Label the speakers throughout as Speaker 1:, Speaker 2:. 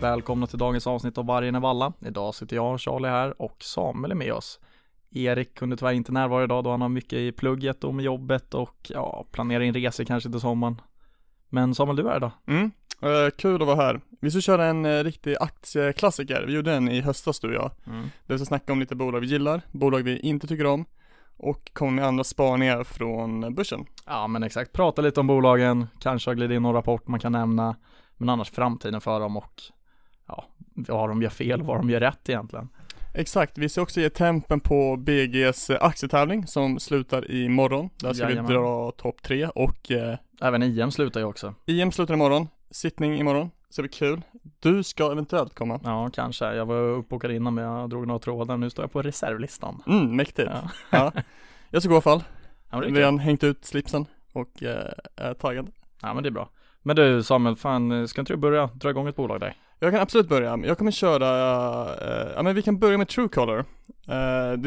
Speaker 1: Välkomna till dagens avsnitt av Vargen är valla. Idag sitter jag, Charlie här och Samuel är med oss. Erik kunde tyvärr inte närvara idag då han har mycket i plugget och med jobbet och ja, planerar in resor kanske till sommaren. Men Samuel, du är här då.
Speaker 2: Mm. Eh, kul att vara här. Vi ska köra en eh, riktig aktieklassiker. Vi gjorde en i höstas du och jag.
Speaker 1: Mm.
Speaker 2: Där vi ska snacka om lite bolag vi gillar, bolag vi inte tycker om och komma med andra spaningar från börsen.
Speaker 1: Ja, men exakt. Prata lite om bolagen, kanske har glidit in någon rapport man kan nämna, men annars framtiden för dem och ja, vad de gör fel och vad de gör rätt egentligen.
Speaker 2: Exakt, vi ska också ge tempen på BGs aktietävling som slutar imorgon. Där ska
Speaker 1: Jajamän.
Speaker 2: vi dra topp tre och eh,
Speaker 1: Även IM slutar ju också.
Speaker 2: IM slutar imorgon, sittning imorgon, så det blir kul. Du ska eventuellt komma.
Speaker 1: Ja, kanske. Jag var uppbokad innan men jag drog några trådar. Nu står jag på reservlistan.
Speaker 2: Mm, mäktigt.
Speaker 1: Ja,
Speaker 2: Ja. Jag ska gå i alla fall.
Speaker 1: ja men det är, kul.
Speaker 2: Redan hängt ut slipsen och eh, är taggad.
Speaker 1: ja, men det är bra. Men du Samuel, fan, ska inte du börja dra igång ett bolag där?
Speaker 2: Jag kan absolut börja, jag kommer köra, eh, ja men vi kan börja med Truecaller. Eh, det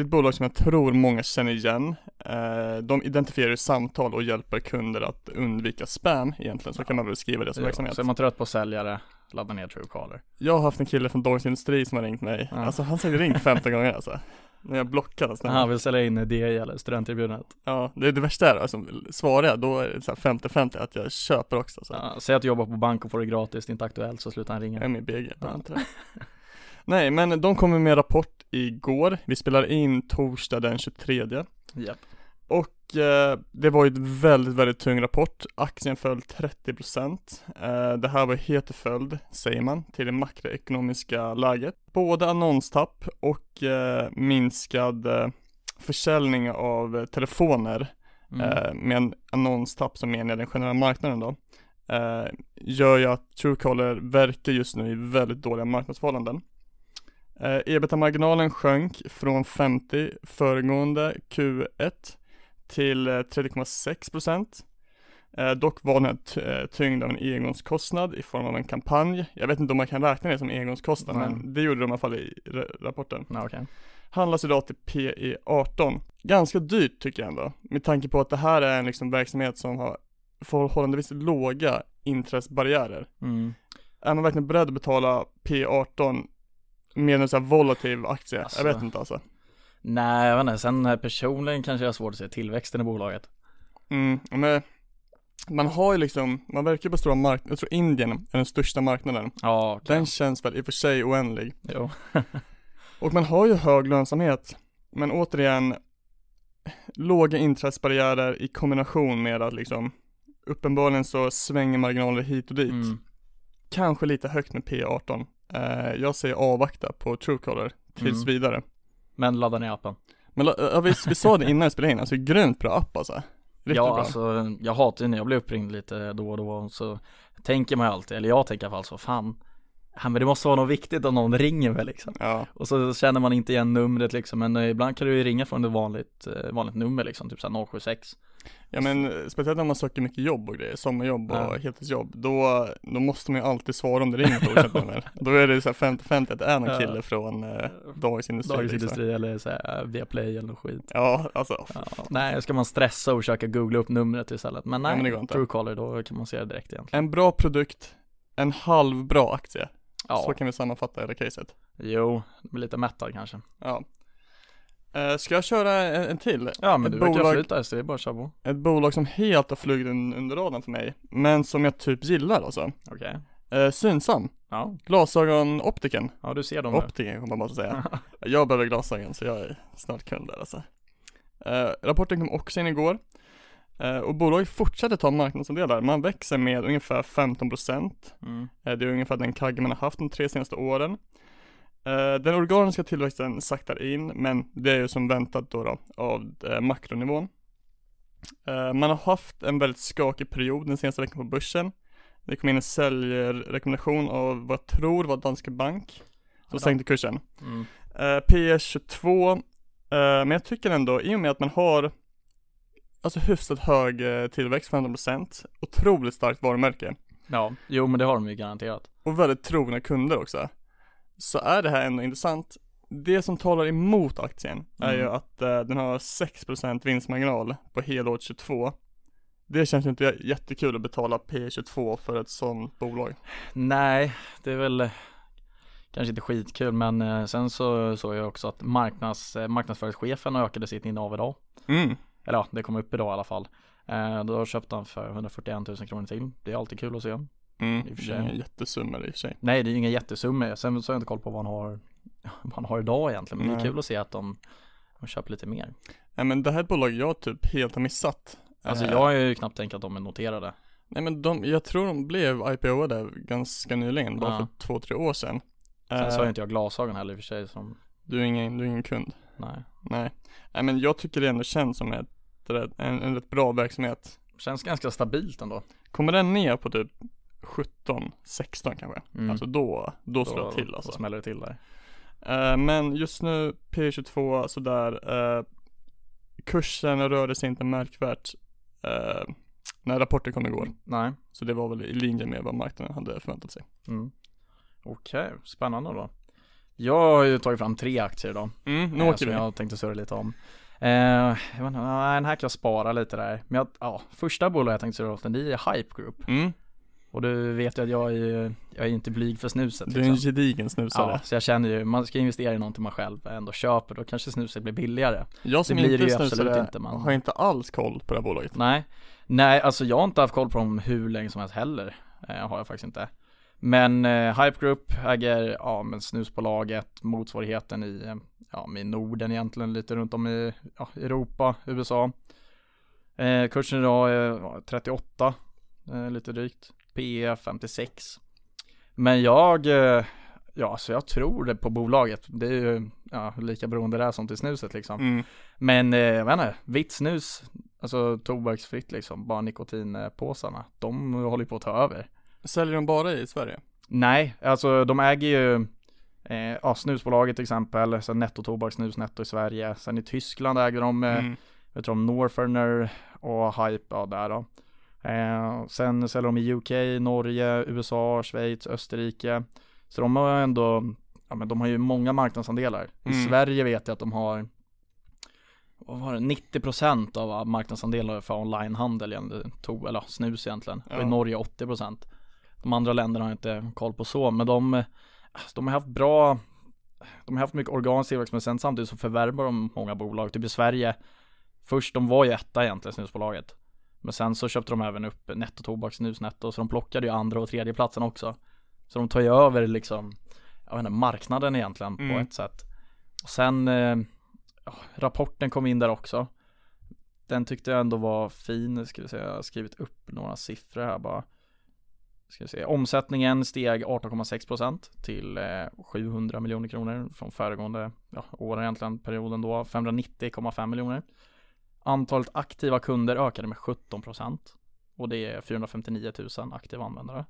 Speaker 2: är ett bolag som jag tror många känner igen. Eh, de identifierar samtal och hjälper kunder att undvika spam egentligen, så kan man väl beskriva det som verksamhet.
Speaker 1: så är man trött på säljare, ladda ner Truecaller.
Speaker 2: Jag har haft en kille från Dagens Industri som har ringt mig,
Speaker 1: Ja.
Speaker 2: alltså han säger ringt 15 gånger alltså. När jag blockade
Speaker 1: När
Speaker 2: snälla.
Speaker 1: han vill sälja in DI eller studenterbjudandet.
Speaker 2: Ja, det är det värsta är alltså, svarar jag då är det så här 50-50 att jag köper också. Så.
Speaker 1: Ja, säg att du jobbar på bank och får det gratis, det är inte aktuellt, så slutar han ringa.
Speaker 2: MEBG
Speaker 1: Ja.
Speaker 2: ja. Nej men de kommer med rapport igår, vi spelar in torsdag den 23
Speaker 1: Japp.
Speaker 2: Och eh, det var ju ett väldigt, väldigt tung rapport. Aktien föll 30%. Eh, det här var helt i följd, säger man, till det makroekonomiska läget. Både annonstapp och eh, minskad eh, försäljning av eh, telefoner
Speaker 1: Mm.
Speaker 2: eh, med en annonstapp som menar den generella marknaden då, eh, gör ju att Truecaller verkar just nu i väldigt dåliga marknadsförhållanden. Eh, Ebitda-marginalen sjönk från 50 föregående Q1 till eh, 3,6 procent. Eh, dock var den här ty- eh, tyngd av en engångskostnad i form av en kampanj. Jag vet inte om man kan räkna det som engångskostnad,
Speaker 1: Nej.
Speaker 2: men det gjorde de i alla fall i ra- rapporten.
Speaker 1: Ja, okej.
Speaker 2: Handlas idag till PE 18. Ganska dyrt tycker jag ändå, med tanke på att det här är en liksom verksamhet som har förhållandevis låga intressebarriärer.
Speaker 1: Mm.
Speaker 2: Är man verkligen beredd att betala PE 18 med en sån här volatil aktie?
Speaker 1: Alltså.
Speaker 2: Jag vet inte alltså.
Speaker 1: Nej, jag vet inte. Sen eh, personligen kanske jag har svårt att se tillväxten i bolaget.
Speaker 2: Mm, men man har ju liksom, man verkar ju på stora marknader, jag tror Indien är den största marknaden.
Speaker 1: Ja, okej.
Speaker 2: Den känns väl i och för sig oändlig.
Speaker 1: Jo.
Speaker 2: Och man har ju hög lönsamhet, men återigen låga intressebarriärer i kombination med att liksom uppenbarligen så svänger marginaler hit och dit.
Speaker 1: Mm.
Speaker 2: Kanske lite högt med P18. Eh, jag säger avvakta på Truecaller tills
Speaker 1: Mm.
Speaker 2: vidare.
Speaker 1: Men ladda ner appen.
Speaker 2: Men la- ja, vi, vi sa det innan vi spelade in, alltså grymt bra app alltså. Riktigt
Speaker 1: ja,
Speaker 2: bra.
Speaker 1: alltså jag hatar ju när jag blir uppringd lite då och då så tänker man ju alltid, eller jag tänker i alla fall så, fan, ja, men det måste vara något viktigt om någon ringer väl liksom.
Speaker 2: Ja,
Speaker 1: Och så känner man inte igen numret liksom, men eh, ibland kan du ju ringa från ett vanligt, eh, vanligt nummer liksom, typ såhär 076.
Speaker 2: ja men eh, speciellt när man söker mycket jobb och grejer, sommarjobb och
Speaker 1: Ja.
Speaker 2: heltidsjobb, då, då måste man ju alltid svara om det ringer till exempel. väl. Då är det så här 50-50 att det är
Speaker 1: Ja.
Speaker 2: någon kille från eh, Dagens Industri.
Speaker 1: Dagens
Speaker 2: liksom.
Speaker 1: Industri eller såhär Viaplay eller något skit.
Speaker 2: Ja, alltså.
Speaker 1: Ja, nej, ska man stressa och försöka googla upp numret istället. Men nej,
Speaker 2: men det går inte.
Speaker 1: Truecaller, då kan man se det direkt egentligen.
Speaker 2: En bra produkt, en halv bra aktie.
Speaker 1: Ja,
Speaker 2: Så kan vi sammanfatta hela caset.
Speaker 1: jo, det blir lite mättad kanske.
Speaker 2: Ja. Eh, ska jag köra en, en till?
Speaker 1: Ja, men
Speaker 2: Ett
Speaker 1: du verkar
Speaker 2: bolag-
Speaker 1: flyt där, så det är bara att köra på.
Speaker 2: Ett bolag som helt har flugit un, under radarn för mig, men som jag typ gillar alltså.
Speaker 1: Okej.
Speaker 2: Eh, synsam.
Speaker 1: Ja,
Speaker 2: Glasögonoptiken.
Speaker 1: ja, du ser dem nu.
Speaker 2: Optiken kommer man bara att säga. jag behöver glasögon så jag är snart kund där alltså. Eh, rapporten kom också in igår. Eh, och bolaget fortsätter ta marknadsandelar. Man växer med ungefär 15 procent.
Speaker 1: Mm.
Speaker 2: Eh, Det är ungefär den kagge man har haft de tre senaste åren. Eh, Den organiska tillväxten saktar in, men det är ju som väntat då, då av eh, makronivån. Eh, Man har haft en väldigt skakig period den senaste veckan på börsen. Det kom in en säljrekommendation av vad jag tror var Danske Bank, som sänkte kursen.
Speaker 1: Mm.
Speaker 2: Eh, PS 22, eh, men jag tycker ändå, i och med att man har alltså hyfsat hög eh, tillväxt, 15%, otroligt starkt varumärke
Speaker 1: Ja, jo men det har de ju garanterat.
Speaker 2: och väldigt trogna kunder också, så är det här ändå intressant. Det som talar emot aktien är
Speaker 1: Mm.
Speaker 2: ju att eh, den har 6% vinstmarginal på helåret 22. Det känns ju inte j- jättekul att betala P22 för ett sånt bolag.
Speaker 1: Nej, det är väl eh, kanske inte skitkul men eh, sen så såg jag också att marknads, eh, marknadsföringschefen ökade sitt innehav idag.
Speaker 2: Mm.
Speaker 1: Eller ja, det kom upp idag i alla fall. Eh, Då köpte han för 141 000 kronor till. Det är alltid kul att se.
Speaker 2: Mm.
Speaker 1: I och för
Speaker 2: Det
Speaker 1: sig.
Speaker 2: är inga jättesummor i och för sig.
Speaker 1: Nej, det är ju inga jättesummor. Sen så har jag inte koll på vad han har, vad han har idag egentligen. Men det
Speaker 2: Nej.
Speaker 1: är kul att se att de, de köper lite mer.
Speaker 2: Nej men det här är ett bolag jag typ helt har missat.
Speaker 1: Alltså
Speaker 2: Eh,
Speaker 1: jag har ju knappt tänkt att de är noterade.
Speaker 2: Nej men de, jag tror de blev IPO-ade ganska nyligen, bara
Speaker 1: Ja.
Speaker 2: för två, tre år sedan.
Speaker 1: Sen
Speaker 2: Eh,
Speaker 1: så har ju inte jag glasögon heller i och för sig. Som,
Speaker 2: du, är ingen, du är ingen kund.
Speaker 1: nej.
Speaker 2: Nej. Nej men jag tycker det ändå känns som ett, rätt- en, en rätt bra verksamhet.
Speaker 1: Känns ganska stabilt ändå.
Speaker 2: Kommer den ner på typ 17, 16 kanske?
Speaker 1: Mm.
Speaker 2: Alltså då, då slår jag till
Speaker 1: Då
Speaker 2: alltså.
Speaker 1: smäller det till där.
Speaker 2: Eh, men just nu P22 sådär, eh, kursen rörde sig inte märkvärt eh, när rapporten kom igår.
Speaker 1: Nej.
Speaker 2: Så det var väl i linje med vad marknaden hade förväntat sig.
Speaker 1: Mm. Okej, spännande då. Jag har ju tagit fram tre aktier idag.
Speaker 2: Mm, nu
Speaker 1: eh,
Speaker 2: åker
Speaker 1: som
Speaker 2: vi.
Speaker 1: jag tänkte surra lite om. Eh, jag vet inte, nej, den här kan jag spara lite där. Men jag, ja, första bolaget jag tänkte surra åt den, det är Hype Group.
Speaker 2: Mm.
Speaker 1: Och du vet ju att jag är ju, jag är ju inte blyg för snuset. liksom.
Speaker 2: Du är en gedigen snusare.
Speaker 1: Ja, så jag känner ju, man ska investera i någonting man själv ändå köper, då kanske snuset blir billigare.
Speaker 2: Jag som
Speaker 1: blir det
Speaker 2: inte
Speaker 1: ju absolut
Speaker 2: snusare
Speaker 1: inte, men-
Speaker 2: har inte alls koll på det här bolaget.
Speaker 1: Nej, nej alltså jag har inte haft koll på dem hur länge som helst heller, eh, har jag faktiskt inte. Men eh, Hype Group äger, ja men snusbolaget, motsvarigheten i, eh, ja men i Norden egentligen, lite runt om i ja, Europa, USA. Eh, kursen idag är ja, 38, eh, lite drygt, PE 56. Men jag, eh, ja så jag tror det på bolaget, det är ju ja, lika beroende där som till snuset liksom.
Speaker 2: Mm.
Speaker 1: Men eh, jag vet inte, vitt snus, alltså tobaksfritt liksom, bara nikotinpåsarna, de håller ju på att ta över.
Speaker 2: Säljer de bara i Sverige?
Speaker 1: Nej, alltså de äger ju eh, ja, snusbolaget till exempel, sen Netto Tobak, Snus Netto i Sverige, sen i Tyskland äger de, eh,
Speaker 2: Mm.
Speaker 1: jag tror de Northerner och Hype, ja där då. Eh, sen säljer de i UK, Norge, USA, Schweiz, Österrike. Så de har ändå, ja men de har ju många marknadsandelar.
Speaker 2: Mm.
Speaker 1: I Sverige vet jag att de har, vad var det, 90% av marknadsandelar för onlinehandel, egentligen, to- eller ja, snus egentligen. Och
Speaker 2: Ja.
Speaker 1: i Norge 80%. De andra länderna har jag inte koll på så, men de, eh, de har haft bra, de har haft mycket organisk tillväxt men sen samtidigt så förvärvar de många bolag. Typ i Sverige, först de var ju etta egentligen snusbolaget. Men sen så köpte de även upp Netto Tobak, Snus Netto, så de plockade ju andra och tredje platsen också. Så de tar ju över liksom, jag vet inte, marknaden egentligen på
Speaker 2: Mm.
Speaker 1: ett sätt. Och sen, eh, ja, rapporten kom in där också. Den tyckte jag ändå var fin, nu ska vi se, jag har skrivit upp några siffror här bara. Ska vi se. Omsättningen steg 18,6% till eh, 700 miljoner kronor från föregående ja, år egentligen, perioden då, 590,5 miljoner. Antalet aktiva kunder ökade med 17% och det är 459 000 aktiva användare.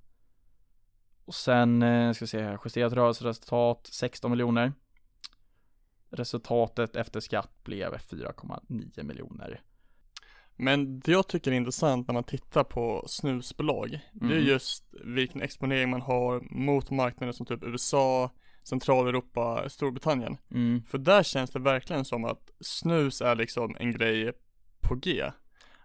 Speaker 1: Och sen eh, ska vi se här, justerat rörelseresultat 16 miljoner. Resultatet efter skatt blev 4,9 miljoner.
Speaker 2: Men det jag tycker är intressant när man tittar på snusbolag, det är
Speaker 1: Mm.
Speaker 2: just vilken exponering man har mot marknader som typ USA, Centraleuropa, Storbritannien.
Speaker 1: Mm.
Speaker 2: För där känns det verkligen som att snus är liksom en grej på G.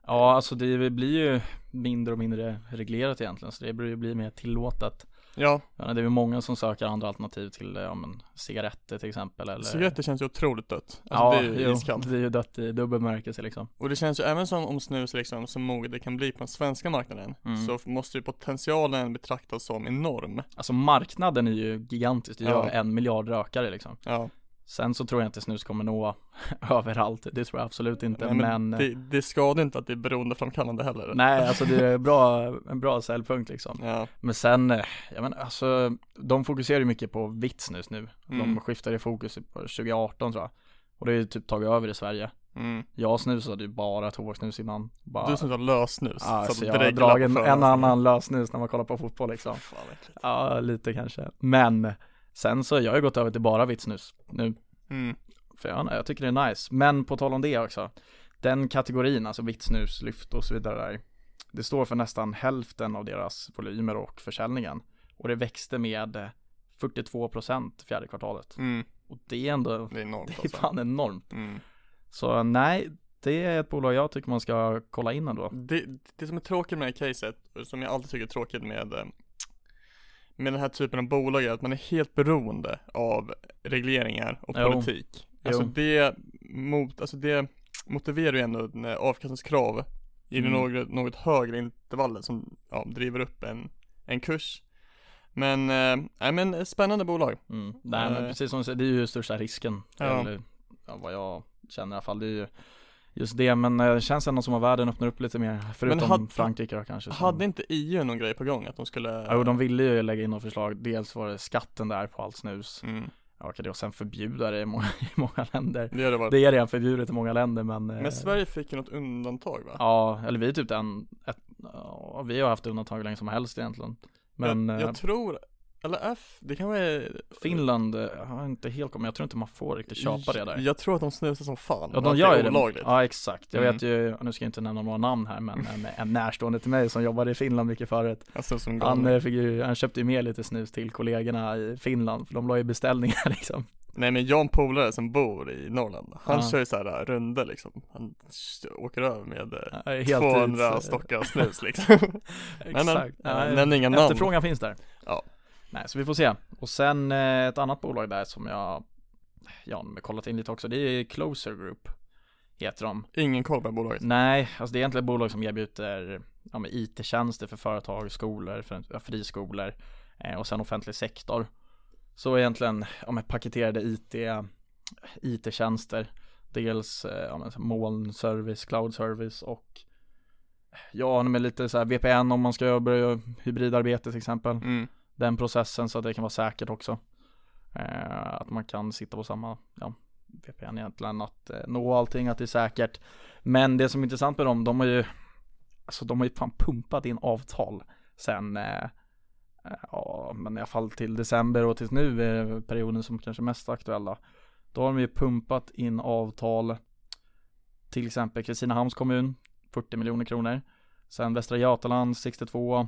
Speaker 1: Ja, alltså det blir ju mindre och mindre reglerat egentligen, så det blir ju bli mer tillåtet.
Speaker 2: Ja,
Speaker 1: Jag menar, Det är ju många som söker andra alternativ till ja, men, cigaretter till exempel. Eller...
Speaker 2: cigaretter känns ju otroligt dött. Alltså
Speaker 1: ja,
Speaker 2: det är ju
Speaker 1: jo,
Speaker 2: iskallt.
Speaker 1: det är ju dött i dubbel bemärkelse liksom.
Speaker 2: Och det känns ju även som om snus är liksom så moget det kan bli på den svenska marknaden,
Speaker 1: Mm.
Speaker 2: så måste ju potentialen betraktas som enorm.
Speaker 1: Alltså marknaden är ju gigantisk, det är ju
Speaker 2: Ja.
Speaker 1: över en miljard rökare liksom.
Speaker 2: Ja,
Speaker 1: Sen så tror jag inte snus kommer nå överallt, det tror jag absolut inte.
Speaker 2: Nej,
Speaker 1: men
Speaker 2: men det, det skadar inte att det är beroendeframkallande heller.
Speaker 1: nej, alltså det är bra, en bra säljpunkt liksom.
Speaker 2: Ja,
Speaker 1: Men sen, eh, jag menar, alltså, de fokuserar ju mycket på vitt snus nu. De
Speaker 2: Mm.
Speaker 1: skiftade fokus på 2018 tror jag. Och det är ju typ tagit över i Sverige.
Speaker 2: mm.
Speaker 1: Jag snusade ju bara tobaksnus innan. Bara,
Speaker 2: Du som tar lössnus.
Speaker 1: ja,
Speaker 2: att
Speaker 1: så
Speaker 2: du
Speaker 1: jag har
Speaker 2: dreglar
Speaker 1: dragit en,
Speaker 2: på
Speaker 1: en
Speaker 2: föreläsningar.
Speaker 1: annan lösnus när man kollar på fotboll liksom.
Speaker 2: Fan, vad äckligt.
Speaker 1: Ja, lite kanske. Men sen så, jag har ju gått över till bara vitt snus nu.
Speaker 2: Mm.
Speaker 1: För jag, jag tycker det är nice. Men på tal om det också. Den kategorin, alltså vitt snus, lyft och så vidare där. Det står för nästan hälften av deras volymer och försäljningen. Och det växte med eh, 42% fjärde kvartalet.
Speaker 2: Mm.
Speaker 1: Och det är ändå,
Speaker 2: Det är enormt
Speaker 1: det är
Speaker 2: alltså.
Speaker 1: fan enormt.
Speaker 2: Mm.
Speaker 1: Så nej, det är ett bolag jag tycker man ska kolla in ändå.
Speaker 2: Det, det som är tråkigt med det här caset, och som jag alltid tycker är tråkigt med, eh, med den här typen av bolag är att man är helt beroende av regleringar och
Speaker 1: Jo.
Speaker 2: politik. Alltså
Speaker 1: Jo.
Speaker 2: det, mot, alltså det motiverar ju ändå en eh, avkastningskrav i det
Speaker 1: Mm.
Speaker 2: något, något högre intervallet som ja, driver upp en, en kurs. Men, eh, nej men spännande bolag.
Speaker 1: Mm. Nej men
Speaker 2: Eh.
Speaker 1: precis som du säger, det är ju största risken.
Speaker 2: Ja.
Speaker 1: Eller ja, vad jag känner i alla fall. Det är ju just det, men eh, det känns ändå som att världen öppnar upp lite mer. Förutom
Speaker 2: hade-
Speaker 1: Frankrike då kanske. som-
Speaker 2: Hade inte EU någon grej på gång att de skulle?
Speaker 1: Jo, de ville ju lägga in något förslag. Dels var det skatten där på allt snus.
Speaker 2: mm,
Speaker 1: Ja, okej, det- och sen förbjuda det i många, i många länder.
Speaker 2: det hade varit.
Speaker 1: Det är redan förbjudet i många länder men eh,
Speaker 2: Men Sverige fick ju något undantag va?
Speaker 1: Ja, eller vi är typ den, ett, ja, vi har haft undantag hur länge som helst egentligen. Men
Speaker 2: jag,
Speaker 1: eh,
Speaker 2: jag tror, eller F, det kan vara
Speaker 1: Finland eh, har inte helt kommit, jag tror inte man får riktigt köpa det där.
Speaker 2: Jag tror att de snusar som fan.
Speaker 1: Ja
Speaker 2: men
Speaker 1: de
Speaker 2: att
Speaker 1: gör ju
Speaker 2: det. är
Speaker 1: det.
Speaker 2: olagligt.
Speaker 1: Ja exakt, jag
Speaker 2: Mm.
Speaker 1: vet ju, nu ska jag inte nämna några namn här men en, en närstående till mig som jobbade i Finland mycket förut
Speaker 2: Jag snusar som
Speaker 1: han,
Speaker 2: galning.
Speaker 1: eh, fick ju, han köpte ju med lite snus till kollegorna i Finland för de la ju beställningar liksom
Speaker 2: Nej men jag har en polare som bor i Norrland. Han
Speaker 1: Ja.
Speaker 2: kör ju såhär runder liksom. Han sh- åker över med eh,
Speaker 1: Ja, helt
Speaker 2: 200
Speaker 1: ut, eh,
Speaker 2: stockar snus liksom.
Speaker 1: Exakt
Speaker 2: Nej, men,
Speaker 1: Nej,
Speaker 2: nej, nämn inga namn.
Speaker 1: Efterfrågan finns där
Speaker 2: Ja.
Speaker 1: Nej så vi får se Och sen eh, ett annat bolag där som jag Ja, men kollat in lite också, det är Closer Group Heter de
Speaker 2: Ingen koll på det här bolaget.
Speaker 1: Nej, alltså det är egentligen ett bolag som erbjuder ja, men IT-tjänster för företag, skolor, för, ja, friskolor eh, och sen offentlig sektor. Så egentligen ja, men paketerade IT, IT-tjänster, dels eh, ja, men, så molnservice, cloudservice och ja, men lite så här VPN om man ska börja göra hybridarbete till exempel.
Speaker 2: Mm.
Speaker 1: Den processen så att det kan vara säkert också. Eh, att man kan sitta på samma ja, VPN egentligen, att eh, nå allting, att det är säkert. Men det som är intressant med dem, de har ju, alltså de har ju fan pumpat in avtal sen, eh, eh, ja men i alla fall till december och tills nu är perioden som kanske är mest aktuella. Då har de ju pumpat in avtal, till exempel Kristinehamns kommun, 40 miljoner kronor. Sen Västra Götaland 62,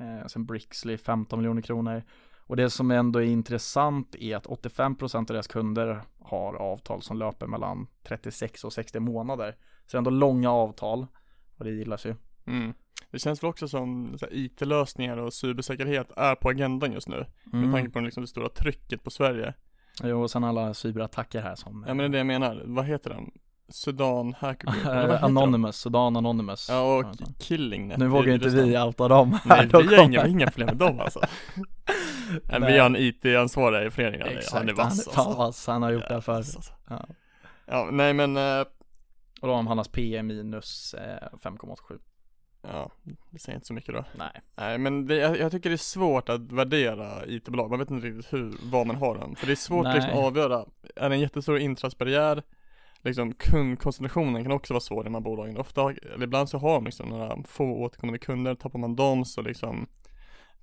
Speaker 1: eh, sen Brixley 15 miljoner kronor. Och det som ändå är intressant är att 85% av deras kunder har avtal som löper mellan 36 och 60 månader. Så det är ändå långa avtal och det gillas ju.
Speaker 2: Mm. Det känns väl också som så här, IT-lösningar och cybersäkerhet är på agendan just nu. Med tanke på liksom, det stora trycket på Sverige.
Speaker 1: Mm. Jo, och sen alla cyberattacker här som
Speaker 2: Ja men det är det jag menar. Vad heter den? Sudan Hacker Group? eller vad heter den?
Speaker 1: Anonymous, Sudan Anonymous.
Speaker 2: Ja och Killingnet.
Speaker 1: nu
Speaker 2: i
Speaker 1: vågar ju inte
Speaker 2: Ryssland.
Speaker 1: vi outa dem här.
Speaker 2: Nej,
Speaker 1: Då
Speaker 2: vi har
Speaker 1: kommer-
Speaker 2: inga, inga problem med dem alltså. Nej, vi har en IT-ansvarig i föreningen. Han är-
Speaker 1: Exakt,
Speaker 2: Han är vass
Speaker 1: fan
Speaker 2: alltså.
Speaker 1: vass, han har gjort det här förr.
Speaker 2: Alltså.
Speaker 1: Ja.
Speaker 2: Ja, nej men, eh,
Speaker 1: Och då har han hans PE minus eh, 5,87.
Speaker 2: ja, det säger inte så mycket då.
Speaker 1: Nej.
Speaker 2: Nej men det, jag, jag tycker det är svårt att värdera IT-bolag. Man vet inte riktigt hur, vad man har den. För det är svårt att liksom
Speaker 1: Nej.
Speaker 2: avgöra. Är det en jättestor intrasbarriär? Liksom kundkoncentrationen kan också vara svår i de här bolagen. Ofta, har- eller ibland så har de liksom några få återkommande kunder. Tappar man dem så liksom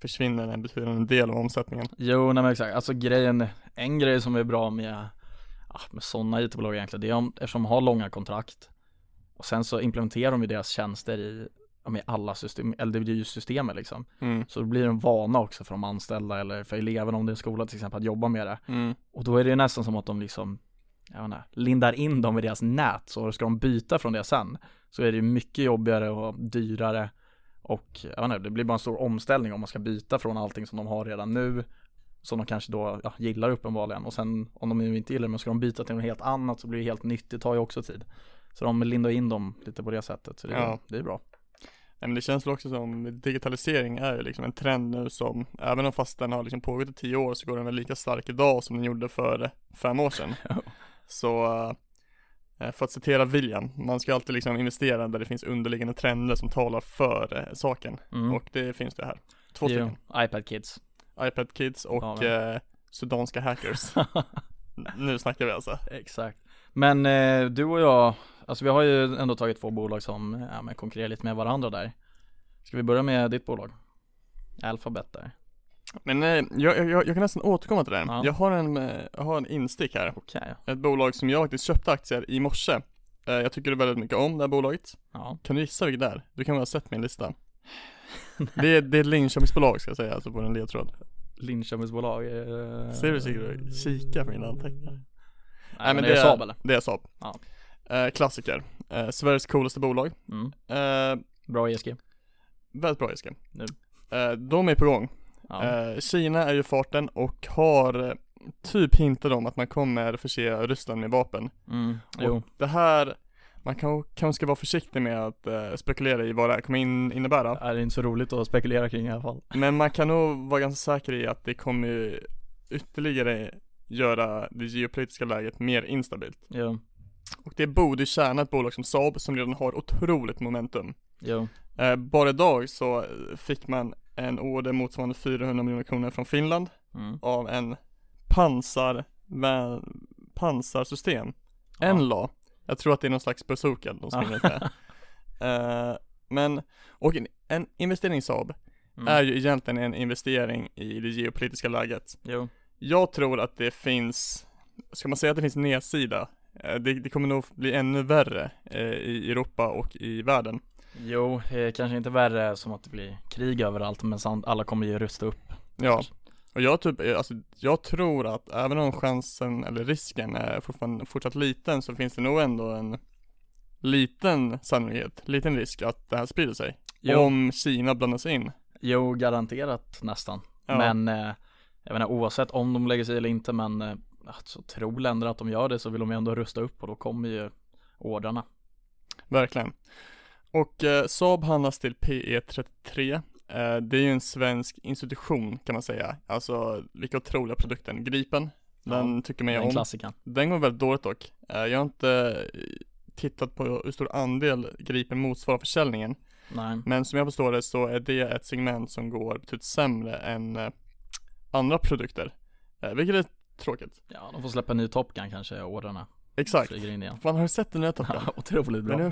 Speaker 2: försvinner en betydande del av omsättningen.
Speaker 1: Jo, nej men exakt. Alltså grejen, en grej som är bra med, ah, med sådana IT-bolag egentligen, det är om, eftersom de har långa kontrakt och sen så implementerar de ju deras tjänster i, ja, men i alla system, eller det blir ju systemet liksom.
Speaker 2: Mm.
Speaker 1: Så då blir det en vana också för de anställda eller för eleverna om det är en skola till exempel att jobba med det.
Speaker 2: Mm.
Speaker 1: Och då är det ju nästan som att de liksom, jag vet inte, lindar in dem i deras nät så ska de byta från det sen. Så är det ju mycket jobbigare och dyrare och jag vet inte, det blir bara en stor omställning om man ska byta från allting som de har redan nu som de kanske då ja, gillar uppenbarligen och sen om de nu inte gillar det men ska de byta till något helt annat så blir det helt nytt, det tar ju också tid. Så de lindar in dem lite på det sättet, så det, är-
Speaker 2: Ja.
Speaker 1: det är bra.
Speaker 2: Nej, men det känns väl också som digitalisering är ju liksom en trend nu som även om fast den har liksom pågått i tio år så går den väl lika stark idag som den gjorde för fem år sedan.
Speaker 1: Ja.
Speaker 2: Så eh, för att citera William, man ska alltid liksom investera där det finns underliggande trender som talar för eh, saken
Speaker 1: Mm.
Speaker 2: och det finns det här. Två
Speaker 1: Jo,
Speaker 2: stycken,
Speaker 1: iPad Kids.
Speaker 2: iPad Kids och
Speaker 1: Ja,
Speaker 2: eh, sudanska hackers. N- nu snackar vi alltså.
Speaker 1: Exakt. Men eh, du och jag, alltså vi har ju ändå tagit två bolag som ja, men konkurrerar lite med varandra där. Ska vi börja med ditt bolag? Alphabet där.
Speaker 2: Men eh, jag, jag, jag kan nästan återkomma till det.
Speaker 1: Ja.
Speaker 2: Jag, har en, eh, jag har en instick här.
Speaker 1: Okej.
Speaker 2: Ett bolag som jag faktiskt köpte aktier i morse. Eh, Jag tycker väldigt mycket om det här bolaget.
Speaker 1: Ja.
Speaker 2: Kan du gissa vilket det är? Du kan väl ha sett min lista? det, är, det är ett Linköpingsbolag ska jag säga, alltså på en ledtråd.
Speaker 1: Linköpingsbolag. Eh...
Speaker 2: Ser du, Sigrid? Kika på mina anteckningar.
Speaker 1: Nej, men, det är Saab eller?
Speaker 2: Det är Saab.
Speaker 1: Ja.
Speaker 2: Eh, klassiker. Eh, Sveriges coolaste bolag.
Speaker 1: Mm.
Speaker 2: Eh,
Speaker 1: Bra E ESG.
Speaker 2: väldigt bra Jessica.
Speaker 1: Nu.
Speaker 2: Eh, de är på gång.
Speaker 1: Ja.
Speaker 2: Eh, Kina är ju i farten och har eh, typ hintat om att man kommer förse Ryssland med vapen.
Speaker 1: Mm. Jo.
Speaker 2: Och det här, man kan, kanske ska vara försiktig med att eh, spekulera i vad det här kommer in, innebära.
Speaker 1: Det är inte så roligt att spekulera kring i alla fall.
Speaker 2: Men man kan nog vara ganska säker i att det kommer ju ytterligare göra det geopolitiska läget mer instabilt.
Speaker 1: Jo,
Speaker 2: Och det borde ju tjäna ett bolag som Saab som redan har otroligt momentum.
Speaker 1: jo.
Speaker 2: Eh, bara idag så eh, fick man en order motsvarande 400 miljoner kronor från Finland
Speaker 1: Mm.
Speaker 2: av en pansar, vä- pansarsystem.
Speaker 1: Ja.
Speaker 2: NLA. Jag tror att det är någon slags bazooka de springer med. Eh, men, och en, en investering i Saab
Speaker 1: Mm.
Speaker 2: är ju egentligen en investering i det geopolitiska läget.
Speaker 1: Jo,
Speaker 2: Jag tror att det finns, ska man säga att det finns nedsida? Eh, Det, det kommer nog bli ännu värre eh, i Europa och i världen.
Speaker 1: jo eh, kanske inte värre som att det blir krig överallt men samt alla kommer ju rusta upp.
Speaker 2: Ja, och jag, typ, eh, alltså, jag tror att även om chansen eller risken är fortfarande fortsatt liten så finns det nog ändå en liten sannolikhet, liten risk att det här sprider sig.
Speaker 1: Jo,
Speaker 2: Om Kina blandas in.
Speaker 1: jo garanterat nästan.
Speaker 2: Ja.
Speaker 1: Men eh, jag menar oavsett om de lägger sig eller inte men eh, alltså, tror länder att de gör det så vill de ju ändå rusta upp och då kommer ju ordrarna.
Speaker 2: Verkligen. Och eh, Saab handlas till PE33. Eh, det är ju en svensk institution kan man säga. Alltså vilka otroliga produkten. Gripen, den tycker man ju
Speaker 1: Den
Speaker 2: om.
Speaker 1: klassikern.
Speaker 2: Den går väldigt dåligt dock. Eh, jag har inte eh, tittat på hur stor andel Gripen motsvarar försäljningen.
Speaker 1: Nej.
Speaker 2: Men som jag förstår det så är det ett segment som går betydligt sämre än eh, andra produkter. Eh, vilket är tråkigt.
Speaker 1: Ja, de får släppa en ny Top Gun kanske, ordrarna
Speaker 2: Exakt.
Speaker 1: flyger in igen.
Speaker 2: Fan har du sett den här Top Gun?
Speaker 1: Ja, otroligt bra.
Speaker 2: Den är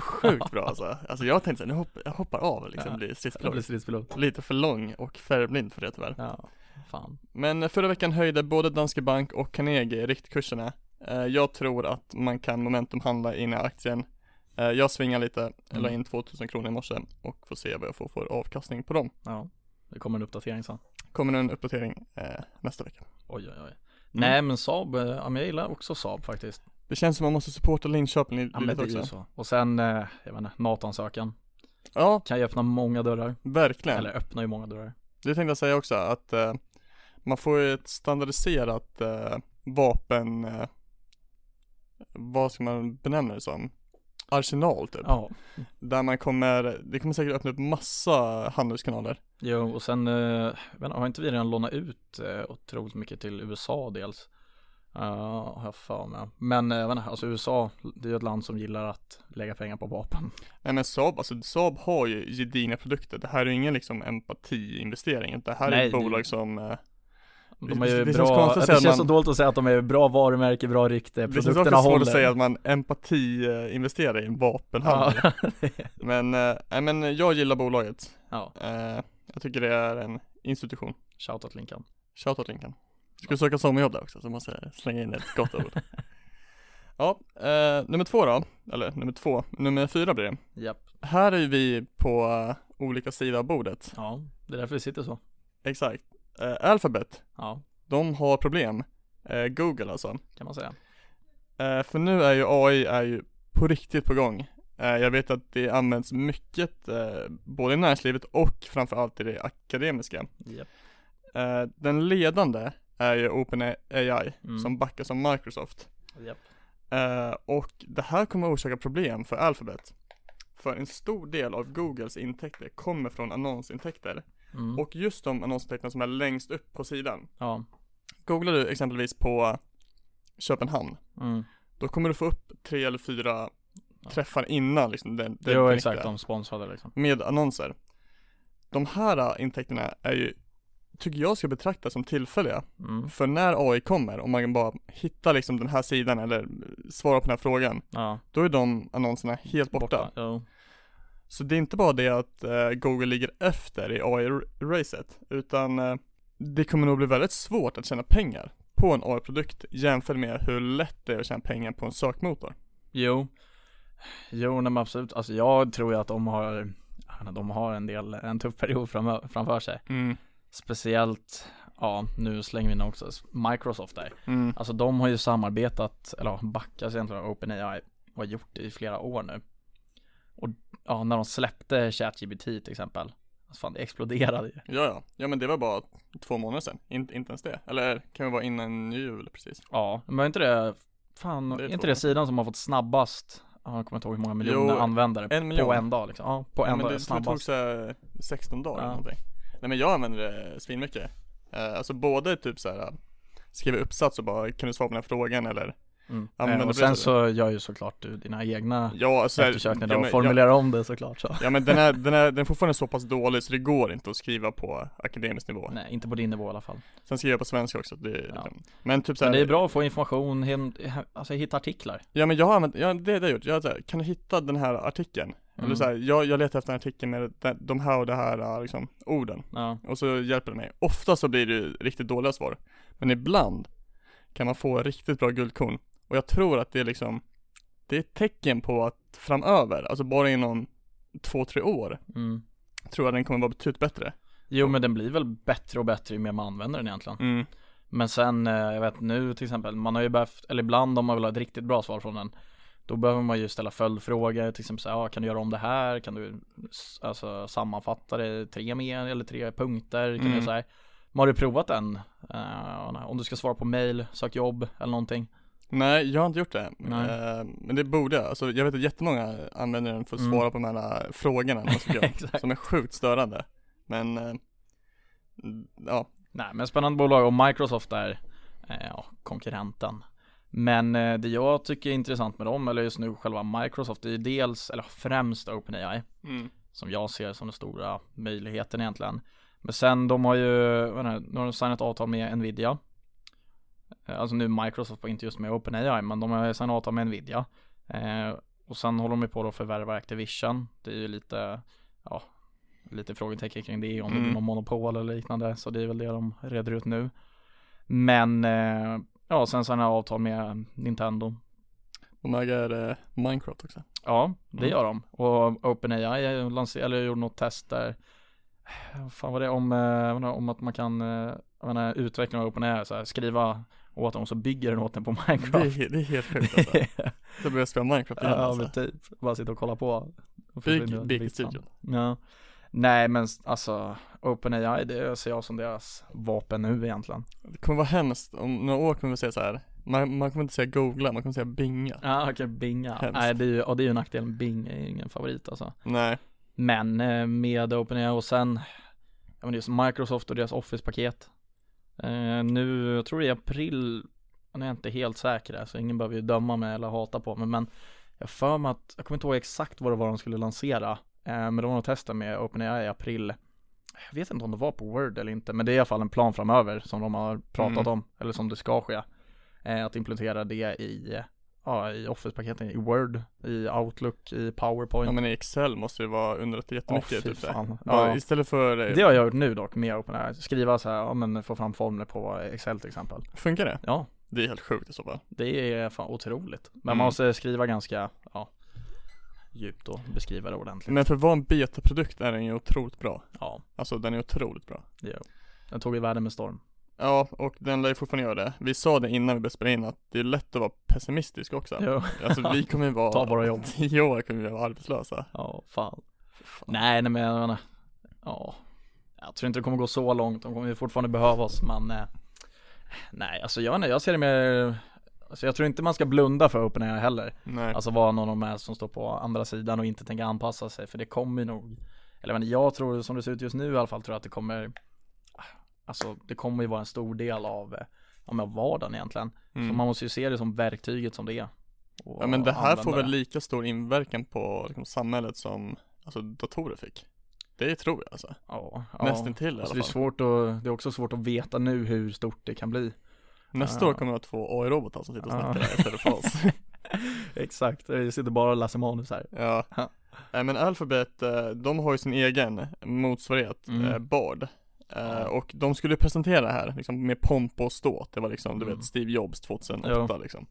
Speaker 2: sjukt bra alltså. Alltså jag tänkte såhär, nu hopp, jag hoppar av liksom,
Speaker 1: Ja.
Speaker 2: blir
Speaker 1: Jag blir
Speaker 2: stridspilot.
Speaker 1: stridspilot.
Speaker 2: Lite för lång och färgblind för det tyvärr.
Speaker 1: Ja, fan.
Speaker 2: Men eh, förra veckan höjde både Danske Bank och Carnegie riktkurserna. Eh, Jag tror att man kan momentumhandla i den här aktien. Eh, Jag svingar lite, jag la
Speaker 1: Mm.
Speaker 2: in 2000 kronor i morse och får se vad jag får för avkastning på dem.
Speaker 1: Ja, det kommer en uppdatering sen.
Speaker 2: Kommer en uppdatering eh, nästa vecka.
Speaker 1: Oj, oj, oj.
Speaker 2: Mm.
Speaker 1: Nej, men Saab, eh, ja, men jag gillar också Saab faktiskt.
Speaker 2: Det känns som man måste supporta Linköping li-
Speaker 1: Ja, men
Speaker 2: lite
Speaker 1: det är ju
Speaker 2: också.
Speaker 1: så. Och sen, eh, jag vet inte, NATO-ansökan.
Speaker 2: Ja,
Speaker 1: Kan ju öppna många dörrar.
Speaker 2: verkligen.
Speaker 1: Eller öppna ju många dörrar.
Speaker 2: Det tänkte jag säga också, att eh, man får ju ett standardiserat eh, vapen, eh, vad ska man benämna det som? Arsenal typ.
Speaker 1: Ja,
Speaker 2: Där man kommer, det kommer säkert öppna upp massa handelskanaler.
Speaker 1: jo, och sen, eh, jag vet inte, har inte vi redan lånat ut eh, otroligt mycket till USA dels? Ja, har jag för mig. Men eh, jag vet inte, alltså USA, det är ju ett land som gillar att lägga pengar på vapen.
Speaker 2: Nej men Saab, alltså Saab har ju gedigna produkter. Det här är ju ingen liksom empatiinvestering. Det här är
Speaker 1: Nej,
Speaker 2: ett
Speaker 1: det-
Speaker 2: bolag som, eh,
Speaker 1: De är ju
Speaker 2: Det- det känns
Speaker 1: bra,
Speaker 2: konstigt
Speaker 1: det
Speaker 2: att säga
Speaker 1: känns
Speaker 2: att
Speaker 1: så
Speaker 2: man-
Speaker 1: dåligt att säga att de är bra varumärke, bra rykte,
Speaker 2: det känns också
Speaker 1: produkterna
Speaker 2: svårt
Speaker 1: håller.
Speaker 2: att säga att man empatiinvesterar i en vapenhandel.
Speaker 1: ja.
Speaker 2: Men, eh, nej men jag gillar bolaget.
Speaker 1: ja,
Speaker 2: Eh, jag tycker det är en institution.
Speaker 1: shoutout Linkan.
Speaker 2: Shoutout Linkan. Ska vi söka sommarjobb där också så måste jag slänga in ett gott ord. Ja, eh, nummer två då. Eller nummer två, nummer fyra blir det.
Speaker 1: Japp,
Speaker 2: Här är ju vi på eh, olika sidor av bordet.
Speaker 1: ja, det är därför vi sitter så.
Speaker 2: Exakt. Eh, Alphabet,
Speaker 1: Ja,
Speaker 2: de har problem. Eh, Google alltså.
Speaker 1: kan man säga.
Speaker 2: Eh, för nu är ju AI är ju på riktigt på gång. Eh, jag vet att det används mycket eh, både i näringslivet och framförallt i det akademiska.
Speaker 1: Japp.
Speaker 2: Eh, den ledande är ju OpenAI
Speaker 1: Mm.
Speaker 2: som backas av Microsoft.
Speaker 1: Japp.
Speaker 2: Eh, och det här kommer att orsaka problem för Alphabet. För en stor del av Googles intäkter kommer från annonsintäkter.
Speaker 1: Mm.
Speaker 2: Och just de annonsintäkterna som är längst upp på sidan.
Speaker 1: Ja.
Speaker 2: Googlar du exempelvis på Köpenhamn,
Speaker 1: Mm.
Speaker 2: då kommer du få upp tre eller fyra
Speaker 1: Ja.
Speaker 2: träffar innan liksom den, den
Speaker 1: Jo
Speaker 2: direkta
Speaker 1: exakt, de sponsrade liksom.
Speaker 2: med annonser. De här eh, intäkterna är ju, tycker jag ska betraktas som tillfälliga.
Speaker 1: Mm.
Speaker 2: För när AI kommer, om man bara hittar liksom den här sidan eller svarar på den här frågan,
Speaker 1: Ja,
Speaker 2: då är de annonserna helt borta.
Speaker 1: borta. Jo.
Speaker 2: Så det är inte bara det att eh, Google ligger efter i AI-racet, utan eh, det kommer nog bli väldigt svårt att tjäna pengar på en AI-produkt jämfört med hur lätt det är att tjäna pengar på en sökmotor.
Speaker 1: jo. Jo, nej men absolut. Alltså jag tror ju att de har, jag vet inte, de har en del, en tuff period framö- framför sig.
Speaker 2: Mm.
Speaker 1: Speciellt, ja nu slänger vi in också Microsoft där.
Speaker 2: Mm.
Speaker 1: Alltså de har ju samarbetat, eller ja, backas egentligen av OpenAI och har gjort det i flera år nu. Och ja, när de släppte ChatGPT till exempel. alltså, Fan, det exploderade ju.
Speaker 2: Ja, ja. Ja, men det var bara två månader sedan. In, inte ens det. Eller kan det vara innan jul precis?
Speaker 1: Ja, men var inte det, fan,
Speaker 2: Det
Speaker 1: är
Speaker 2: tror
Speaker 1: inte det
Speaker 2: jag.
Speaker 1: sidan som har fått snabbast, ja, jag kommer inte ihåg hur många miljoner
Speaker 2: Jo,
Speaker 1: användare
Speaker 2: en miljon.
Speaker 1: på en dag liksom. Ja, på en
Speaker 2: men
Speaker 1: dag,
Speaker 2: det tror jag tog
Speaker 1: snabbast.
Speaker 2: så här 16 dagar eller
Speaker 1: Ja.
Speaker 2: någonting. Nej men jag använder det svinmycket. Eh, alltså både typ så här skriva uppsats och bara kan du svara på den här frågan eller
Speaker 1: Mm.
Speaker 2: Ja, men
Speaker 1: Eh,
Speaker 2: det
Speaker 1: och
Speaker 2: blir
Speaker 1: sen
Speaker 2: så.
Speaker 1: så gör ju såklart du dina egna
Speaker 2: Ja alltså så här-
Speaker 1: eftersökningar
Speaker 2: ja,
Speaker 1: där och
Speaker 2: men-
Speaker 1: formulerar om det såklart så.
Speaker 2: ja, ja men den är, den är, den är fortfarande så pass dålig så det går inte att skriva på akademisk nivå.
Speaker 1: Nej, inte på din nivå i alla fall.
Speaker 2: Sen skriver jag på svenska också. Det, är
Speaker 1: Ja.
Speaker 2: liksom. Men typ så här,
Speaker 1: Men det är bra att få information, hem, he- alltså hitta artiklar.
Speaker 2: Ja men jag har använt, ja, det har jag gjort. Jag har så här, kan du hitta den här artikeln? Eller
Speaker 1: Mm.
Speaker 2: så här, jag, jag letar efter en artikel med de- de här och de här eh, liksom, orden.
Speaker 1: Mm. Ja,
Speaker 2: Och så hjälper det mig. Ofta så blir det ju riktigt dåliga svar. Men ibland kan man få riktigt bra guldkorn. Och jag tror att det är liksom Det är ett tecken på att framöver, alltså bara inom två, tre år
Speaker 1: mm.
Speaker 2: Tror jag den kommer vara betydligt bättre.
Speaker 1: Jo men den blir väl bättre och bättre ju mer man använder den egentligen.
Speaker 2: Mm.
Speaker 1: Men sen, eh, jag vet nu till exempel, man har ju behövt, eller ibland om man vill ha ett riktigt bra svar från den Då behöver man ju ställa följdfrågor, till exempel så här, ja, kan du göra om det här? Kan du s- alltså, sammanfatta det i tre mer eller tre punkter? Kan
Speaker 2: Mm.
Speaker 1: du så här, men har du provat den? Eh, om du ska svara på mail, sök jobb eller någonting
Speaker 2: Nej, jag har inte gjort det.
Speaker 1: Nej.
Speaker 2: Eh, men det borde jag. Alltså, jag vet att jättemånga använder den för att
Speaker 1: Mm.
Speaker 2: svara på de här eh, frågorna man ska göra,
Speaker 1: Exakt.
Speaker 2: Som är sjukt störande. Men eh, mm, ja,
Speaker 1: Nej men spännande bolag och Microsoft är eh, ja, konkurrenten Men eh, det jag tycker är intressant med dem, eller just nu själva Microsoft, det är ju dels, eller främst OpenAI
Speaker 2: mm.
Speaker 1: som jag ser som den stora möjligheten egentligen. Men sen de har ju, vad är det, nu har de signat avtal med Nvidia. Eh, Alltså nu Microsoft var inte just med OpenAI men de har ju signat avtal med Nvidia. Eh, och sen håller de ju på då att förvärva Activision. Det är ju lite, ja, lite frågetecken kring det om det
Speaker 2: Mm.
Speaker 1: blir någon monopol eller liknande. Så det är väl det de reder ut nu. Men eh, ja, sen signade jag avtal med Nintendo.
Speaker 2: de äger eh, Minecraft också.
Speaker 1: Ja, det
Speaker 2: Mm.
Speaker 1: gör de. Och OpenAI lanserade, eller gjorde något test där, vad fan var det om, eh, jag menar, om att man kan, eh, jag menar, utveckla av OpenAI, så här, skriva åt dem så bygger den åt den på
Speaker 2: Det är,
Speaker 1: Minecraft.
Speaker 2: he- det är helt sjukt alltså. Då börjar jag spela Minecraft igen
Speaker 1: ja, men
Speaker 2: alltså.
Speaker 1: typ, bara sitta och kolla på. Och försvinna
Speaker 2: Big, big
Speaker 1: listan.
Speaker 2: studio.
Speaker 1: Ja. Nej men s- alltså, OpenAI det ser jag som deras vapen nu egentligen.
Speaker 2: Det kommer vara hemskt, om några år kommer vi säga så här. Man, man kommer inte säga googla, man kommer säga binga.
Speaker 1: Ja, ah, okej, binga.
Speaker 2: Hemskt.
Speaker 1: Nej, det är ju, ja, det är ju nackdelen, Bing är ju ingen favorit alltså.
Speaker 2: Nej.
Speaker 1: Men eh, med OpenAI och sen, ja men det är som Microsoft och deras Office-paket. Eh, nu, jag tror det är april, nu är jag inte helt säker där, så ingen behöver ju döma mig eller hata på mig, men jag har för mig att, jag kommer inte ihåg exakt vad det var de skulle lansera, eh, men de har testat med OpenAI i april. Jag vet inte om det var på Word eller inte, men det är i alla fall en plan framöver som de har pratat
Speaker 2: Mm.
Speaker 1: om, eller som det ska ske. Eh, att implementera det i, ja, i Office-paketen, i Word, i Outlook, i PowerPoint.
Speaker 2: Ja men i Excel måste det vara underlättat jättemycket
Speaker 1: Åh, fy
Speaker 2: typ så här.
Speaker 1: fan.
Speaker 2: Bara
Speaker 1: Ja.
Speaker 2: Istället för, eh,
Speaker 1: Det har jag gjort nu dock med OpenAI, skriva så här, ja men få fram formler på Excel till exempel.
Speaker 2: funkar det?
Speaker 1: Ja,
Speaker 2: Det är helt sjukt i så fall.
Speaker 1: det är fan otroligt. Men
Speaker 2: Mm.
Speaker 1: man måste skriva ganska, ja, djupt och beskriva det ordentligt.
Speaker 2: Men för att vara en betaprodukt är den ju otroligt bra.
Speaker 1: Ja,
Speaker 2: Alltså den är otroligt bra.
Speaker 1: den tog ju världen med storm.
Speaker 2: Ja, och den lär ju fortfarande göra det. Vi sa det innan vi började spela in att det är lätt att vara pessimistisk också.
Speaker 1: Jo.
Speaker 2: Alltså vi kommer ju vara,
Speaker 1: Ta våra jobb.
Speaker 2: tio år kommer vi vara arbetslösa.
Speaker 1: Ja, fan. Nej, nej men jag menar, ja. Jag tror inte det kommer gå så långt, de kommer ju fortfarande behöva oss men eh, Nej, alltså jag, vet inte, jag ser det mer, alltså jag tror inte man ska blunda för OpenAI heller.
Speaker 2: Nej.
Speaker 1: Alltså vara någon av de här som står på andra sidan och inte tänker anpassa sig för det kommer ju nog Eller men jag tror som det ser ut just nu i alla fall tror jag att det kommer Alltså det kommer ju vara en stor del av, eh, ja, men av vardagen egentligen Så
Speaker 2: Mm.
Speaker 1: man måste ju se det som verktyget som det är och
Speaker 2: Ja men det här
Speaker 1: använda
Speaker 2: får väl
Speaker 1: det.
Speaker 2: lika stor inverkan på liksom, samhället som alltså, datorer fick. Det tror jag alltså.
Speaker 1: ja, ja.
Speaker 2: Nästintill i alla
Speaker 1: alltså, det är
Speaker 2: fall.
Speaker 1: svårt att, det är också svårt att veta nu hur stort det kan bli
Speaker 2: Nästa
Speaker 1: Ja.
Speaker 2: år kommer det att vara två AI-robotar som sitter och
Speaker 1: Ja.
Speaker 2: snackar där istället för oss.
Speaker 1: Exakt, jag sitter bara och läser manus här
Speaker 2: Ja.
Speaker 1: Ja.
Speaker 2: Nej, men Alphabet, eh, de har ju sin egen motsvarighet,
Speaker 1: Mm.
Speaker 2: eh, Bard. Eh,
Speaker 1: Ja.
Speaker 2: Och de skulle presentera det här liksom, med pompa och ståt. Det var liksom, du
Speaker 1: Mm.
Speaker 2: vet, Steve Jobs 2008 liksom.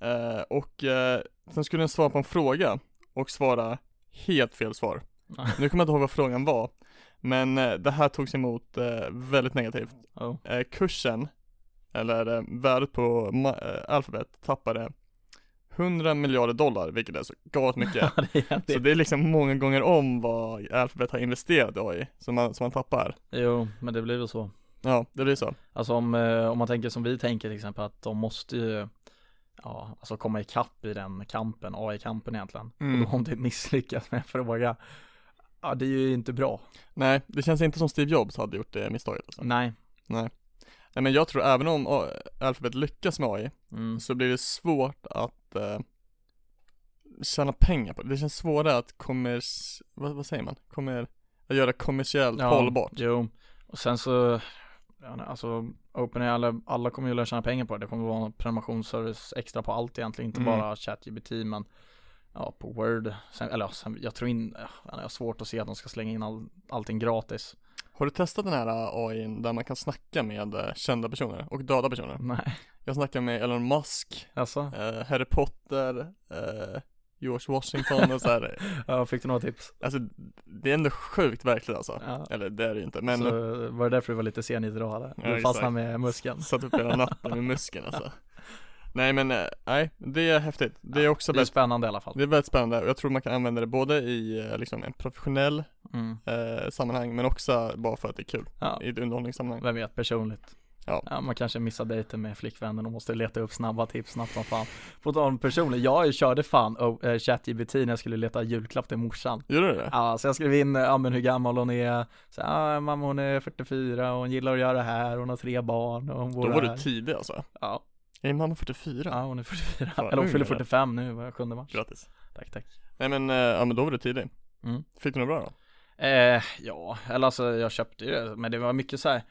Speaker 2: Eh, och eh, sen skulle den svara på en fråga och svara helt fel svar.
Speaker 1: Ja.
Speaker 2: Nu kommer jag inte ihåg vad frågan var, men eh, det här togs emot eh, väldigt negativt.
Speaker 1: Ja.
Speaker 2: Eh, kursen, eller eh, värdet på ma- eh, Alphabet, tappade 100 miljarder dollar, vilket är så galet mycket.
Speaker 1: Ja, det är
Speaker 2: så
Speaker 1: det.
Speaker 2: det är liksom många gånger om vad Alphabet har investerat i AI, som man, som man tappar.
Speaker 1: Jo, men det blir väl så.
Speaker 2: Ja, det blir så.
Speaker 1: Alltså om, eh, om man tänker som vi tänker till exempel att de måste ju Ja, alltså komma ikapp i den kampen, AI-kampen egentligen.
Speaker 2: Mm.
Speaker 1: Och då om det misslyckas med en fråga, ja det är ju inte bra.
Speaker 2: Nej, det känns inte som Steve Jobs hade gjort det misstaget. Alltså.
Speaker 1: Nej.
Speaker 2: Nej, men jag tror även om A- Alphabet lyckas med AI,
Speaker 1: Mm.
Speaker 2: så blir det svårt att eh, tjäna pengar på det. Det känns svårare att kommers... Vad, vad säger man? Kommer... Att göra kommersiellt hållbart.
Speaker 1: Jo, och sen så, ja, nej, alltså OpenAI, alla, alla kommer ju lära tjäna pengar på det. Det kommer vara en prenumerationsservice extra på allt egentligen, inte
Speaker 2: Mm.
Speaker 1: bara ChatGPT men ja, på Word. Sen, eller ja, sen, jag tror in, ja, jag har svårt att se att de ska slänga in all, allting gratis.
Speaker 2: Har du testat den här AI n där man kan snacka med eh, kända personer och döda personer?
Speaker 1: Nej,
Speaker 2: Jag snackade med Elon Musk,
Speaker 1: alltså.
Speaker 2: eh, Harry Potter, eh, George Washington och så här.
Speaker 1: Ja, fick du några tips?
Speaker 2: Alltså det är ändå sjukt verkligt alltså.
Speaker 1: Ja.
Speaker 2: Eller det är det ju inte, men
Speaker 1: så var det därför du var lite sen idag eller?
Speaker 2: Ja,
Speaker 1: Du
Speaker 2: exakt.
Speaker 1: fastnade med muskeln.
Speaker 2: satt upp hela natten med muskeln alltså. Nej men eh, nej, det är häftigt. Det är också
Speaker 1: Det är
Speaker 2: väldigt,
Speaker 1: spännande i alla fall.
Speaker 2: det är väldigt spännande och jag tror man kan använda det både i eh, liksom en professionell
Speaker 1: Mm.
Speaker 2: eh, sammanhang men också bara för att det är kul
Speaker 1: Ja.
Speaker 2: i ett underhållningssammanhang.
Speaker 1: Vem vet, personligt.
Speaker 2: Ja.
Speaker 1: man kanske missar dejten med flickvännen och måste leta upp snabba tips snabbt som fan. På tal om personligt, jag körde fan oh, eh, ChatGPT när jag skulle leta julklapp till morsan.
Speaker 2: Gjorde du det?
Speaker 1: Ja, så jag skrev in, eh, ja men hur gammal hon är, så, ja, mamma hon är 44 och hon gillar att göra det här, hon har tre barn och hon bor
Speaker 2: Då var
Speaker 1: här.
Speaker 2: du tidig alltså.
Speaker 1: ja.
Speaker 2: Är mamma 44?
Speaker 1: ja, hon är 44,
Speaker 2: Fan,
Speaker 1: eller hon
Speaker 2: ung,
Speaker 1: fyller
Speaker 2: eller?
Speaker 1: 45 nu, var 7 mars.
Speaker 2: Grattis.
Speaker 1: Tack, tack.
Speaker 2: Nej men, eh, ja men då var du tidig.
Speaker 1: Mm.
Speaker 2: Fick du något bra då?
Speaker 1: Eh, ja, eller alltså jag köpte ju det, men det var mycket så här,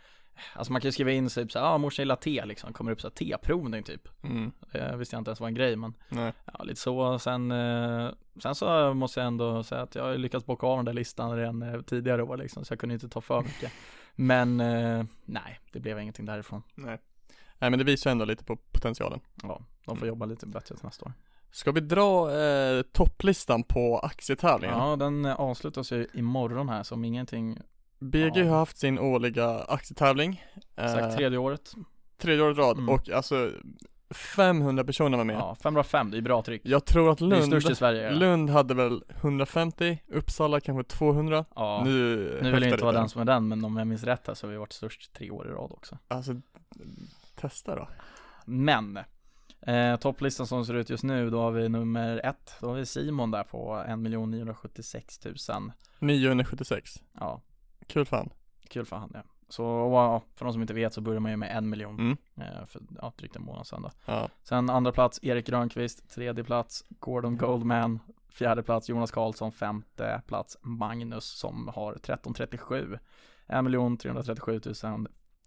Speaker 1: alltså man kan ju skriva in typ så här, ja morsan gillar te liksom, kommer upp så här teprovning typ.
Speaker 2: Mm.
Speaker 1: Det visste jag inte ens var en grej men
Speaker 2: Nej.
Speaker 1: Ja, lite så. Sen, eh, sen så måste jag ändå säga att jag har ju lyckats bocka av den där listan redan eh, tidigare år liksom, så jag kunde inte ta för mycket. Men eh, nej, det blev ingenting därifrån.
Speaker 2: Nej. Nej men det visar ändå lite på potentialen.
Speaker 1: Ja, de får
Speaker 2: Mm.
Speaker 1: jobba lite bättre till nästa år.
Speaker 2: Ska vi dra eh, topplistan på aktietävlingen?
Speaker 1: Ja, den eh, avslutas ju imorgon här, så om ingenting,
Speaker 2: BG
Speaker 1: Ja.
Speaker 2: har haft sin årliga aktietävling. Eh,
Speaker 1: exakt tredje året.
Speaker 2: tredje året i rad
Speaker 1: Mm.
Speaker 2: och alltså 500 personer var med.
Speaker 1: Ja, 505, det är bra tryck.
Speaker 2: Jag tror att
Speaker 1: Det är ju
Speaker 2: Lund,
Speaker 1: störst i Sverige. ja.
Speaker 2: Lund hade väl 150, Uppsala kanske 200.
Speaker 1: Ja, nu,
Speaker 2: Nu,
Speaker 1: vill
Speaker 2: höftar
Speaker 1: jag inte
Speaker 2: det
Speaker 1: vara
Speaker 2: där.
Speaker 1: den som är den, men om jag minns rätt här så har vi varit störst tre år i rad också.
Speaker 2: Alltså, testa då.
Speaker 1: Men eh, topplistan som ser ut just nu, då har vi nummer ett, då har vi Simon där på 1 976 000.
Speaker 2: 976.
Speaker 1: Ja,
Speaker 2: Kul fan.
Speaker 1: kul för han det. Så ja, för de som inte vet så börjar man ju med en miljon
Speaker 2: Mm.
Speaker 1: eh, för ja, drygt en månad sedan då.
Speaker 2: Ja.
Speaker 1: Sen andra plats Erik Grönqvist, tredje plats Gordon Goldman, fjärde plats Jonas Karlsson, femte plats Magnus som har 1337. 1 337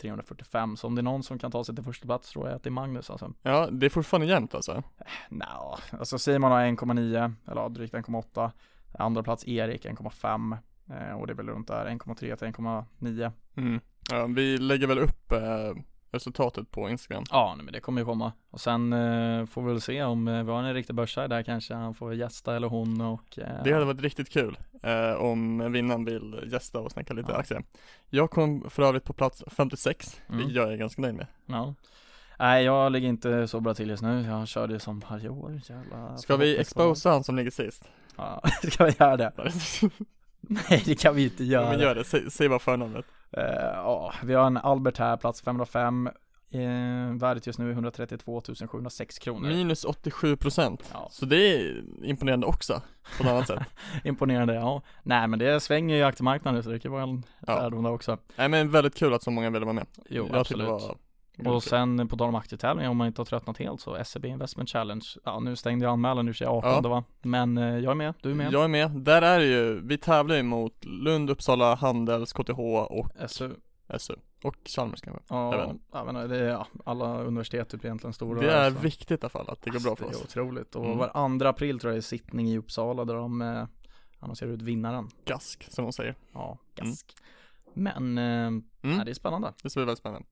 Speaker 1: 345. Så om det är någon som kan ta sig till första plats tror jag att det är Magnus alltså.
Speaker 2: ja, det är fortfarande jämnt alltså.
Speaker 1: Nja, alltså Simon har 1,9, eller ja, drygt 1,8. Andra plats Erik 1,5. eh, Och det är väl runt där 1,3 till 1,9.
Speaker 2: Mm. Ja, vi lägger väl upp eh, resultatet på Instagram.
Speaker 1: Ja, nej, men det kommer ju komma. Och sen eh, får vi väl se om eh, vi har en riktig börshaj där kanske han får gästa eller hon och eh,
Speaker 2: Det hade varit riktigt kul eh, om vinnaren vill gästa och snacka lite
Speaker 1: Ja.
Speaker 2: aktier. Jag kom för övrigt på plats 56,
Speaker 1: Mm.
Speaker 2: vilket jag är ganska nöjd med.
Speaker 1: ja. Nej, jag ligger inte så bra till just nu. Jag kör det som varje år. Jävla
Speaker 2: Ska vi
Speaker 1: förhoppningsfull.
Speaker 2: exposa han som ligger sist?
Speaker 1: Ja, ska vi göra det? Nej, det kan vi inte
Speaker 2: Ja,
Speaker 1: göra.
Speaker 2: men gör det, säg, säg bara förnamnet.
Speaker 1: Eh, Ja, vi har en Albert här, plats 505. Eh, värdet just nu är 132 706 kronor.
Speaker 2: Minus 87 procent.
Speaker 1: Ja.
Speaker 2: Så det är imponerande också, på ett annat sätt.
Speaker 1: Imponerande, ja. Nej, men det svänger ju i aktiemarknaden så det kan vara en
Speaker 2: Ja.
Speaker 1: lärdom där också.
Speaker 2: Nej men väldigt kul att så många ville vara med.
Speaker 1: Jo,
Speaker 2: jag tyckte
Speaker 1: absolut.
Speaker 2: det var
Speaker 1: Och sen eh, på tal om aktietävlingar, om man inte har tröttnat helt så, SEB Investment Challenge. Ja, nu stängde jag anmälan nu sig 18
Speaker 2: Ja.
Speaker 1: va? Men eh, jag är med, du är med.
Speaker 2: Jag är med. Där är det ju, vi tävlar ju mot Lund, Uppsala, Handels, KTH och
Speaker 1: SU,
Speaker 2: SU. Och Chalmers kanske.
Speaker 1: ja,
Speaker 2: Jag
Speaker 1: jag
Speaker 2: vet inte.
Speaker 1: vet inte, det är ja, alla universitet typ egentligen stora.
Speaker 2: Det är
Speaker 1: så.
Speaker 2: viktigt i alla fall att det går bra för
Speaker 1: Det är
Speaker 2: oss.
Speaker 1: otroligt. Och
Speaker 2: Mm.
Speaker 1: varandra april tror jag är sittning i Uppsala där de eh, annonserar ut vinnaren.
Speaker 2: Gask, som de säger.
Speaker 1: Ja,
Speaker 2: Mm.
Speaker 1: gask. Men eh, nej, det är spännande.
Speaker 2: Det ska bli väldigt spännande.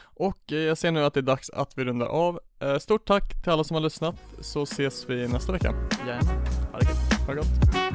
Speaker 2: Och eh, jag ser nu att det är dags att vi rundar av. Eh, Stort tack till alla som har lyssnat, så ses vi nästa vecka.
Speaker 1: Jajamän. Ha det gött.
Speaker 2: Ha det gott.